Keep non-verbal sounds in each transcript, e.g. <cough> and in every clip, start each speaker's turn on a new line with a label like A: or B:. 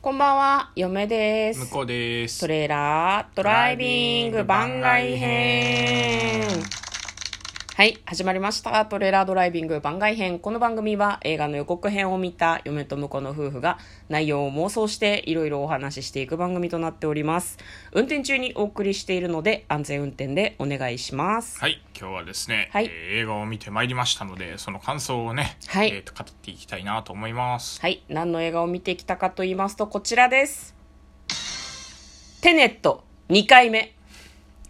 A: こんばんは、嫁で
B: 向
A: す。
B: こうです。
A: トレーラードライビング番外編。はい、始まりました。トレーラードライビング番外編。この番組は映画の予告編を見た嫁と婿の夫婦が内容を妄想していろいろお話ししていく番組となっております。運転中にお送りしているので安全運転でお願いします。
B: はい、今日はですね、
A: はい
B: えー映画を見てまいりましたので、その感想をね、
A: はい
B: えーと語っていきたいなと思います。
A: はい、何の映画を見てきたかと言いますとこちらです。テネット2回目。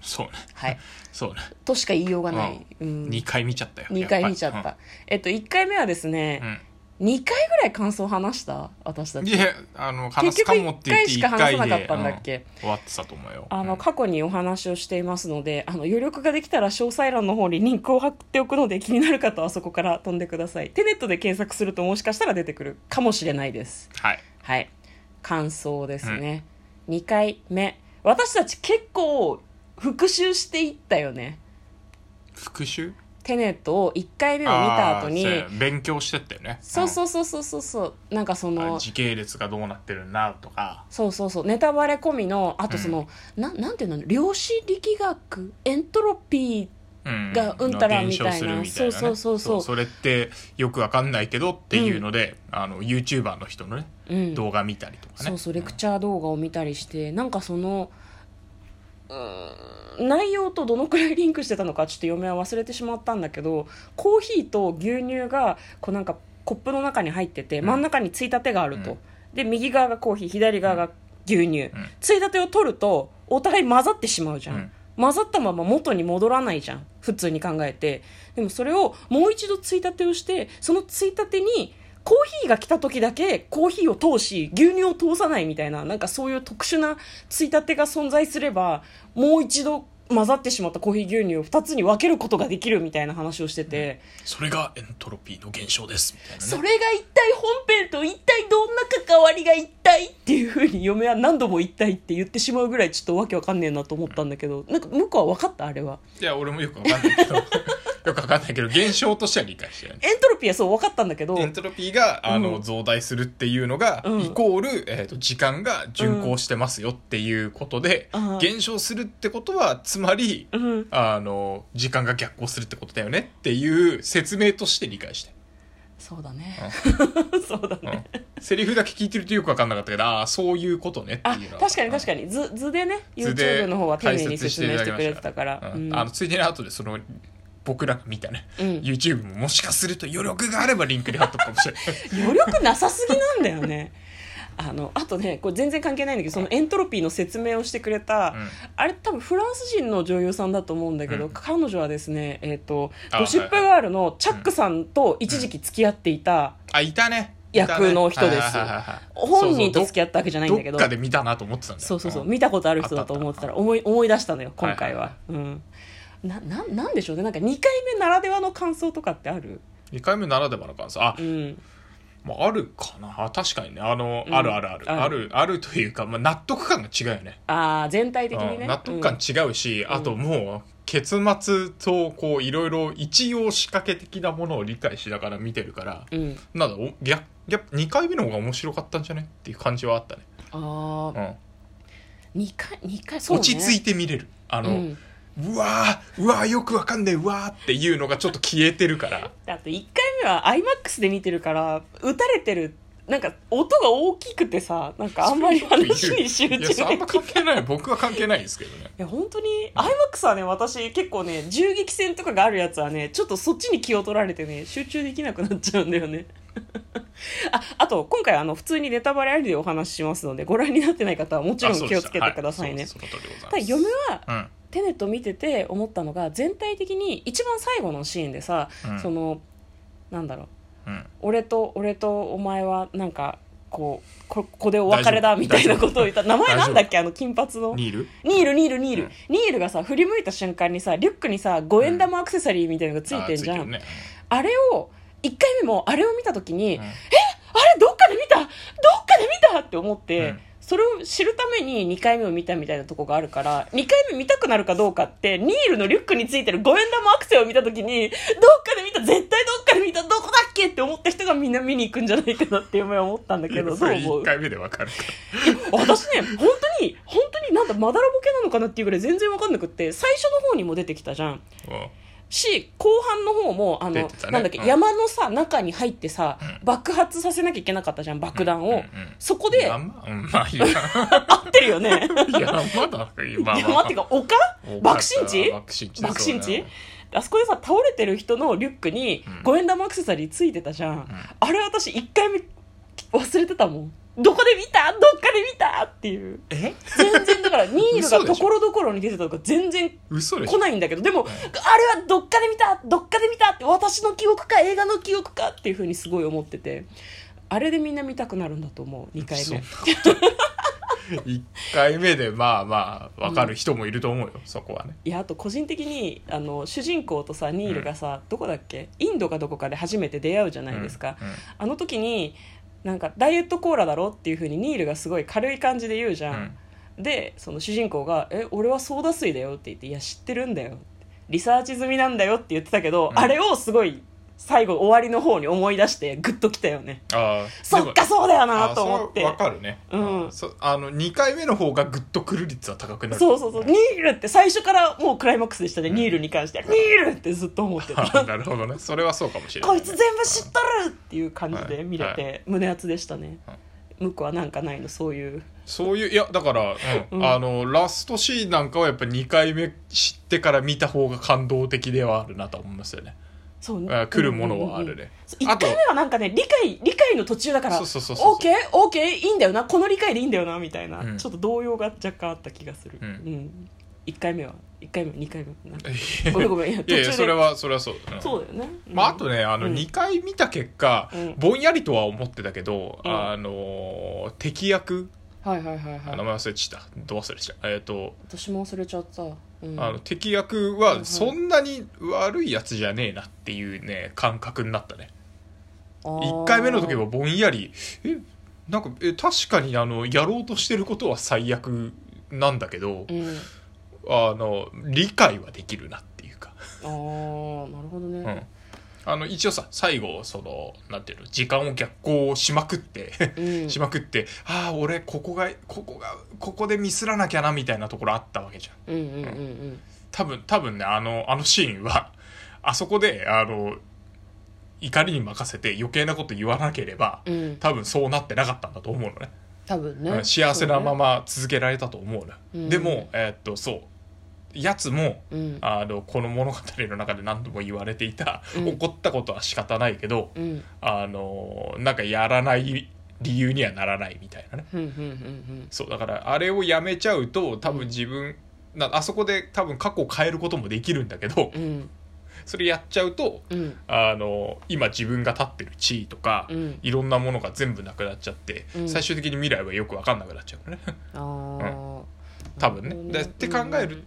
B: そうね、
A: はい。
B: そうね、
A: としか言いようがない。うん
B: 2回見ちゃったよ。
A: 2回見ちゃった、
B: や
A: えっと1回目はです
B: ぱり。
A: ね、
B: う
A: 二2回ぐらい感想話した私た
B: ん。
A: ち
B: いや、あの、話すかもって言って
A: 結
B: 1
A: 局一回し
B: 回
A: か話
B: で
A: さなかったんだっけ
B: うん終わってたと思うよ。
A: あ
B: う
A: の
B: ん
A: 過去にお話をしていますのであの余力ができたら詳細欄の方にリンクを貼っておくので気になる方はそこから飛んでくださいテネットで検索するともしかしたら出てくるかもしれないです
B: はい。
A: はい感想ですね、二2回目私たち結構復習していったよね
B: 復習
A: テネットを1回目を見た後に
B: あーそうや勉強してったよね。
A: そうそうそうそうそうそうなんかそ
B: うん。
A: の
B: あ時系列がどうなってるんだとか。
A: そうそうそうネタバレ込みのあとその、なんなんていうの量子力学エントロピ
B: うん
A: がうんたらみたいな
B: 伝承するみたい
A: そう
B: なね
A: そうそうそう
B: それってよくわかんないけどっていうので、あの YouTuber の人のね、
A: ー、うん、
B: 動画見たりとかね
A: そうそうレクチャー動画を見たりしてなんかそのうーん内容とどのくらいリンクしてたのかちょっと嫁は忘れてしまったんだけどコーヒーと牛乳がこうなんかコップの中に入ってて、
B: うん
A: 真ん中についたてがあると、
B: うん
A: で右側がコーヒー左側が牛乳、
B: ん
A: ついたてを取るとお互い混ざってしまうじゃん、
B: うん
A: 混ざったまま元に戻らないじゃん普通に考えてでもそれをもう一度ついたてをしてそのついたてにコーヒーが来た時だけコーヒーを通し牛乳を通さないみたいななんかそういう特殊なついたてが存在すればもう一度混ざってしまったコーヒー牛乳を2つに分けることができるみたいな話をしてて、
B: それがエントロピーの現象ですみたいな、ね、
A: それが一体本編と一体どんな関わりが一体っていうふうに嫁は何度も一体って言ってしまうぐらいちょっとわけわかんねえなと思ったんだけどなんか向こうは分かったあれはい
B: や俺もよくわかんないけ
A: <laughs>
B: どよくわかんないけど現象としては理解してるね
A: エントロピーはそう分かったんだけど
B: エントロピーがあの、
A: うん
B: 増大するっていうのが、
A: うん
B: イコール、えー、と時間が巡行してますよっていうことで、
A: うん
B: 減少するってことはつまり、
A: うん
B: あの時間が逆行するってことだよねっていう説明として理解してる
A: そうだね <laughs> そうだね
B: うんセリフだけ聞いてるとよく分かんなかったけどああそういうことねって
A: あ
B: いうのは
A: 確かに確か
B: に
A: に図図でね
B: 図で
A: YouTube の方は丁寧に説明してくれてたから
B: う
A: うんん
B: あのついでに後でその僕らが見たね、
A: うん
B: YouTube ももしかすると余力があればリンクで貼っとくかもしれない
A: 余力なさすぎなんだよねあのあとねこれ全然関係ないんだけどそのエントロピーの説明をしてくれた、
B: うん
A: あれ多分フランス人の女優さんだと思うんだけど、
B: うん
A: 彼女はですね、えーと「
B: あ
A: ゴシップガール」のチャックさんと一時期付き合っていた、
B: あいたね
A: 役の人です本人と付き合
B: っ
A: ったわけじゃ
B: て
A: ないんだけど
B: どっかで見たなと思ってたんだよ
A: そうそうそう見たことある人だと思ってたら思い思い出したのよ今回は、うんなななんでしょうねなんか2回目ならではの感想とかってある
B: 2回目ならではの感想あ
A: う、ん
B: まあ、あるかな確かにねあの、
A: うん
B: あるあるある
A: あ
B: あ
A: る
B: るあるというか、まあ、納得感が違うよね
A: ああ全体的にね、
B: うん納得感違うし、あともう結末とこういろいろ一応仕掛け的なものを理解しながら見てるから、
A: うん、うん
B: なんだおややっぱ2回目の方が面白かったんじゃねっていう感じはあったね、
A: あ
B: う
A: あ
B: ん
A: 2回二回そう、ね、
B: 落ち着いて見れるあの、
A: う
B: うんわーうわーよくわかんねえうわーっていうのがちょっと消えてるから
A: あと1回目は IMAX で見てるから打たれてるなんか音が大きくてさなんかあんまり話に集中
B: い
A: で
B: や
A: き
B: そ
A: な
B: う
A: い
B: あんま関係ない僕は関係ないですけどね
A: いや本当に IMAX はね私結構ね銃撃戦とかがあるやつはねちょっとそっちに気を取られてね集中できなくなっちゃうんだよね <laughs> ああと今回あの普通にネタバレありでお話ししますのでご覧になってない方はもちろ
B: あ
A: ん
B: そう
A: 気
B: で
A: を
B: し
A: つ
B: た
A: けてください
B: は
A: ね、
B: そうそうその通りでございます
A: ただ嫁は
B: うん
A: テネット見てて思ったのが全体的に一番最後のシーンでさ、
B: うん
A: そのなんだろう
B: うん
A: 俺と俺とお前はなんかこうこここでお別れだみたいなことを言った名前なんだっけあの金髪の
B: ニール
A: ニールニールニール、
B: うん
A: ニールがさ振り向いた瞬間にさリュックにさ五円玉アクセサリーみたいなのがついてんじゃんあ,、
B: あーるね
A: れを1回目もあれを見た時に、
B: うん
A: あれどっかで見たどっかで見たって思って、
B: うん
A: それを知るために2回目を見たみたいなとこがあるから2回目見たくなるかどうかってニールのリュックについてる五円玉アクセを見た時にどっかで見た絶対どっかで見見たどこだっけって思った人がみんな見に行くんじゃないかなっていう夢は思ったんだけど
B: そ
A: どう
B: れ
A: 思う
B: 1回目でわかる
A: 私ね本当に本当になんだまだらボケなのかなっていうぐらい全然わかんなくって最初の方にも出てきたじゃん
B: から
A: し後半の方もあの、
B: 出てたね
A: なんだっけ、
B: うん
A: 山のさ中に入ってさ、
B: う
A: 爆発させなきゃいけなかったじゃん爆弾を、
B: うんうんうん
A: そこで合
B: 山うんまあい
A: <laughs>
B: いや
A: ってるよ
B: <laughs>
A: ね
B: 山だ今
A: 山っていうか丘爆心地
B: 爆心地だ
A: 爆心地、
B: そう
A: あそこでさ倒れてる人のリュックに
B: うん
A: 五円玉アクセサリーついてたじゃん、
B: だね
A: あれ私一回目忘れてたもんどこで見たどっかで見たっていう
B: うんえ
A: 全然だからニール
B: 嘘でし
A: がと
B: ょ
A: ころどころに出てたとか全然
B: 嘘でし
A: 来
B: ょ
A: ないんだけどでも、
B: ん
A: あれはどっかで見たどっかで見たって私の記憶か映画の記憶かっていうふうにすごい思っててあれでみんな見たくなるんだと思う2回
B: そん
A: 目
B: なこと1回目でまあまあわかる人もいると思うよ、そこはね
A: いやあと個人的にあの主人公とさニールがさ、どこだっけインドかどこかで初めて出会うじゃないですか、
B: うんうん
A: あの時になんかダイエットコーラだろっていうふうにニールがすごい軽い感じで言うじゃん、でその主人公が「え俺はソーダ水だよ」って言って「いや知ってるんだよ」リサーチ済みなんだよって言ってたけど、
B: うん
A: あれをすごい最後終わりの方に思い出してグッときたよね
B: ああ
A: そっかそうだよなと思っ
B: わ
A: て
B: かるね、
A: うん
B: そあの2回目の方がグッとくる率は高くなる
A: そうそう
B: <laughs>
A: そうニールって最初からもうクライマックスでしたね、
B: うん
A: ニールに関してはニールってずっと思って
B: <laughs>
A: た
B: なるほどねそれはそうかもしれない
A: こいつ全部知っとるっていう感じで見れ
B: は
A: て胸熱でしたね、
B: はい
A: 向こうはなんかないのそういう
B: そういういやだから、うん
A: うん
B: あのラストシーンなんかはやっぱ2回目知ってから見た方が感動的ではあるなと思いますよね、
A: そう
B: あ来るものはあるね、
A: そう
B: あ
A: 1
B: と
A: 回目はなんかね理解理解の途中だから
B: そうそうそうそう
A: OKOK いいんだよなこの理解でいいんだよなみたいな、
B: うん
A: ちょっと動揺が若干あった気がする、
B: うん
A: 1回目は1回目2回目なんか
B: い
A: ごめんごめんいや途中
B: やい
A: で
B: やそれはそれはそう、うん
A: そうだよね、
B: まあ、あとねあの
A: うん
B: 2回見た結果、
A: うん
B: ぼんやりとは思ってたけど、
A: うん
B: あのー敵役
A: はいはいはい
B: あ
A: は
B: 名
A: い
B: 前忘れちゃったどう忘れちゃったえっ、と
A: 私も忘れちゃった、うん、
B: あの敵役
A: うんうん
B: はそんなに悪いやつじゃねえなっていうね感覚になったね1回目の時はぼんやりえなんかえ確かにあのやろうとしてることは最悪なんだけど
A: あーうん
B: あの理解はできるなっていうか、
A: あーなるほどね、
B: うん、あの一応さ最後そのなんていうの時間を逆行しまくって
A: うん
B: <laughs> しまくってああ俺ここがここがここでミスらなきゃなみたいなところあったわけじゃん
A: うんうんうんうん
B: 多分多分ねあのあのシーンはあそこであの怒りに任せて余計なこと言わなければ
A: うん
B: 多分そうなってなかったんだと思うのね
A: 多分
B: う
A: ね
B: ん幸せなま
A: ま
B: ま続けられたと思うな、
A: うん
B: でもえーっとそうやつも
A: うん
B: あのこの物語の中で何度も言われていた、
A: うん
B: 怒ったことは仕方ないけど
A: うんうん
B: あのなんかやらない理由にはならないみたいなね
A: うんうんうん
B: そうだからあれをやめちゃうと多分自分なあそこで多分過去を変えることもできるんだけど
A: うんうん
B: それやっちゃうと
A: うん
B: あの今自分が立ってる地位とか、
A: うん
B: いろんなものが全部なくなっちゃって、
A: うん
B: 最終的に未来はよく分かんなくなっちゃうのね
A: あー
B: 多分ね。でって考える、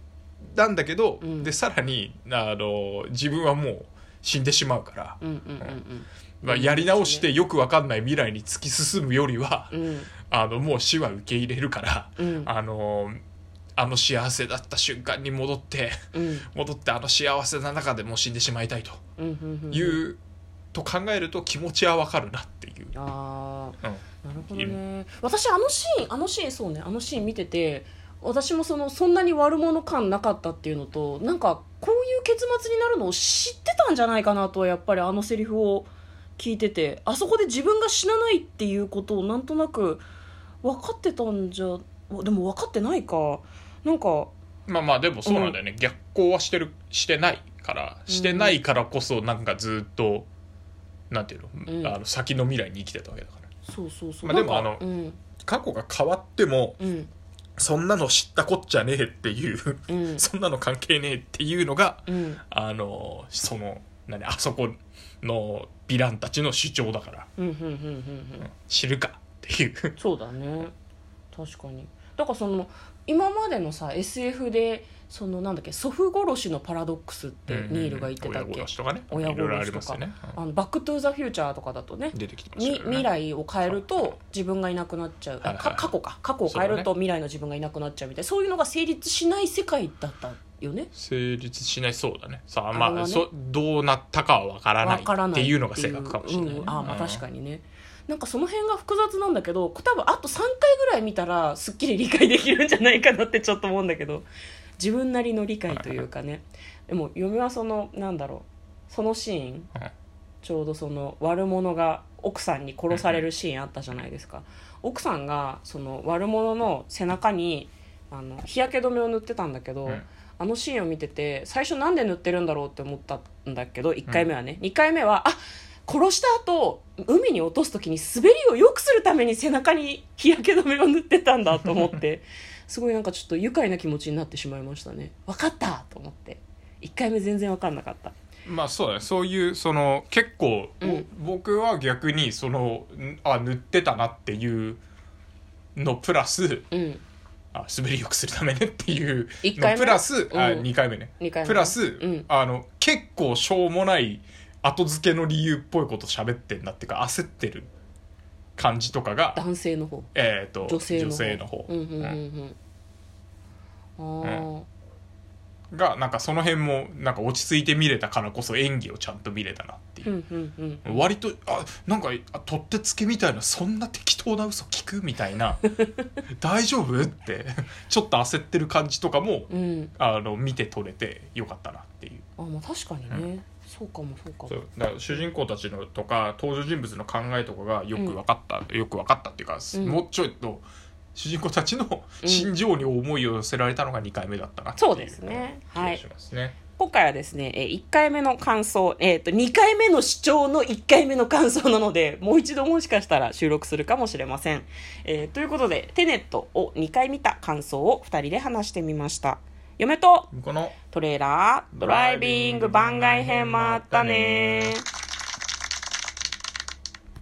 B: なんだけど、
A: うん
B: でさらにあの自分はもう死んでしまうから、
A: うんうんうん
B: まあ、やり直してよく分かんない未来に突き進むよりは、
A: うんうん
B: あのもう死は受け入れるから、
A: うん
B: あのあの幸せだった瞬間に戻って <laughs>
A: うん
B: 戻ってあの幸せな中でもう死んでしまいたいと。
A: うんうんうん
B: いうと考えると気持ちはわかるなっていう、
A: あ
B: うん
A: あなるほどね私あのシーンあのシーンそうねあのシーン見てて私もそのそんなに悪者感なかったっていうのとなんかこういう結末になるのを知ってたんじゃないかなとはやっぱりあのセリフを聞いててあそこで自分が死なないっていうことをなんとなく分かってたんじゃでも分かってないかなんか
B: まあまあでもそうなんだよね、逆行はしてるしてないからしてないからこそなんかずっとなんていうの,、
A: うん
B: あの先の未来に生きてたわけだから
A: そうそうそう、
B: まあでも
A: なんか
B: あ
A: うん
B: 過去が変わっても
A: うん
B: そんなの知ったこっちゃねえっていう
A: うん
B: そんなの関係ねえっていうのが
A: うん
B: あのその何あそこのヴィランたちの主張だから
A: うんうんうんうんうん
B: 知るかっていう
A: そうだね確かにだからその今までのさ SF でそのなんだっけ祖父殺しのパラドックスってニールが言ってたっけ、
B: 親殺しとかね
A: 親
B: いろいろあ
A: 殺しと
B: りま
A: か
B: すよね、うん
A: あのバック・トゥ・ザ・フューチャーとかだとね
B: 出てきてました
A: み
B: けどね
A: 未来を変える
B: はい
A: と自分がいなくなっちゃう、あ
B: はいはいは
A: か
B: い
A: 過去か過去を変えると未来の自分がいなくなっちゃうみたいなそういうのが成立しない世界だったよね
B: 成立しないそうだねさあ
A: あれ
B: ま
A: はね
B: あそどうなったかは分からない
A: わから
B: っ
A: な
B: て
A: い
B: いうのが正確かもしれないね、
A: うんあーまあ
B: うん
A: 確かにねなんかその辺が複雑なんだけど多分あと3回ぐらい見たらすっきり理解できるんじゃないかなってちょっと思うんだけど自分なりの理解というかねでも嫁はそのなんだろうそのシーン
B: うん
A: ちょうどその悪者が奥さんに殺されるシーンあったじゃないですか奥さんがその悪者の背中にあの日焼け止めを塗ってたんだけど、
B: うん
A: あのシーンを見てて最初なんで塗ってるんだろうって思ったんだけど1回目はね、2回目はあ殺した後海に落とす時に滑りを良くするために背中に日焼け止めを塗ってたんだと思ってすごいなんかちょっと愉快な気持ちになってしまいましたね分かったと思って1回目全然分かんなかった
B: まあそうだねそういうその結構、
A: うん
B: 僕は逆にそのんあ塗ってたなっていうのプラス
A: うん
B: あ滑りよくするためねっていう
A: 一回
B: の
A: 目
B: プラス、あ
A: うん
B: 2回目ね
A: 2回目
B: プラス、
A: うん
B: あの結構しょうもない後付けの理由っぽいこと喋ってんなっていうか焦ってる感じとかが、
A: 男性の方
B: えー、と
A: 女性の方
B: 方
A: うんうんうんうん、あー
B: うんがなんかその辺もなんか落ち着いて見れたからこそ演技をちゃんと見れたなっていう
A: う。んうんうん
B: 割とあなんかあ取ってつけみたいなそんな適当な嘘聞くみた
A: <laughs>
B: いな大丈夫ってちょっと焦ってる感じとかも
A: うん
B: あの見て取れてよかったなっていう
A: あまあ確かにね、そうかもそうかも
B: そうだから主人公たちのとか登場人物の考えとかがよく分かった、よく分かったっていうか、
A: うん
B: もうちょっと主人公たちの
A: うん
B: 心情に思いを寄せられたのが2回目だったなってい
A: そうですね
B: 気が
A: はい
B: しますね
A: 今回はですね、えー1回目の感想、えー、と2回目の視聴の1回目の感想なのでもう一度もしかしたら収録するかもしれません、えーということで「テネット」を2回見た感想を2人で話してみました嫁と
B: この
A: トレーラードライビング番外編もあったねー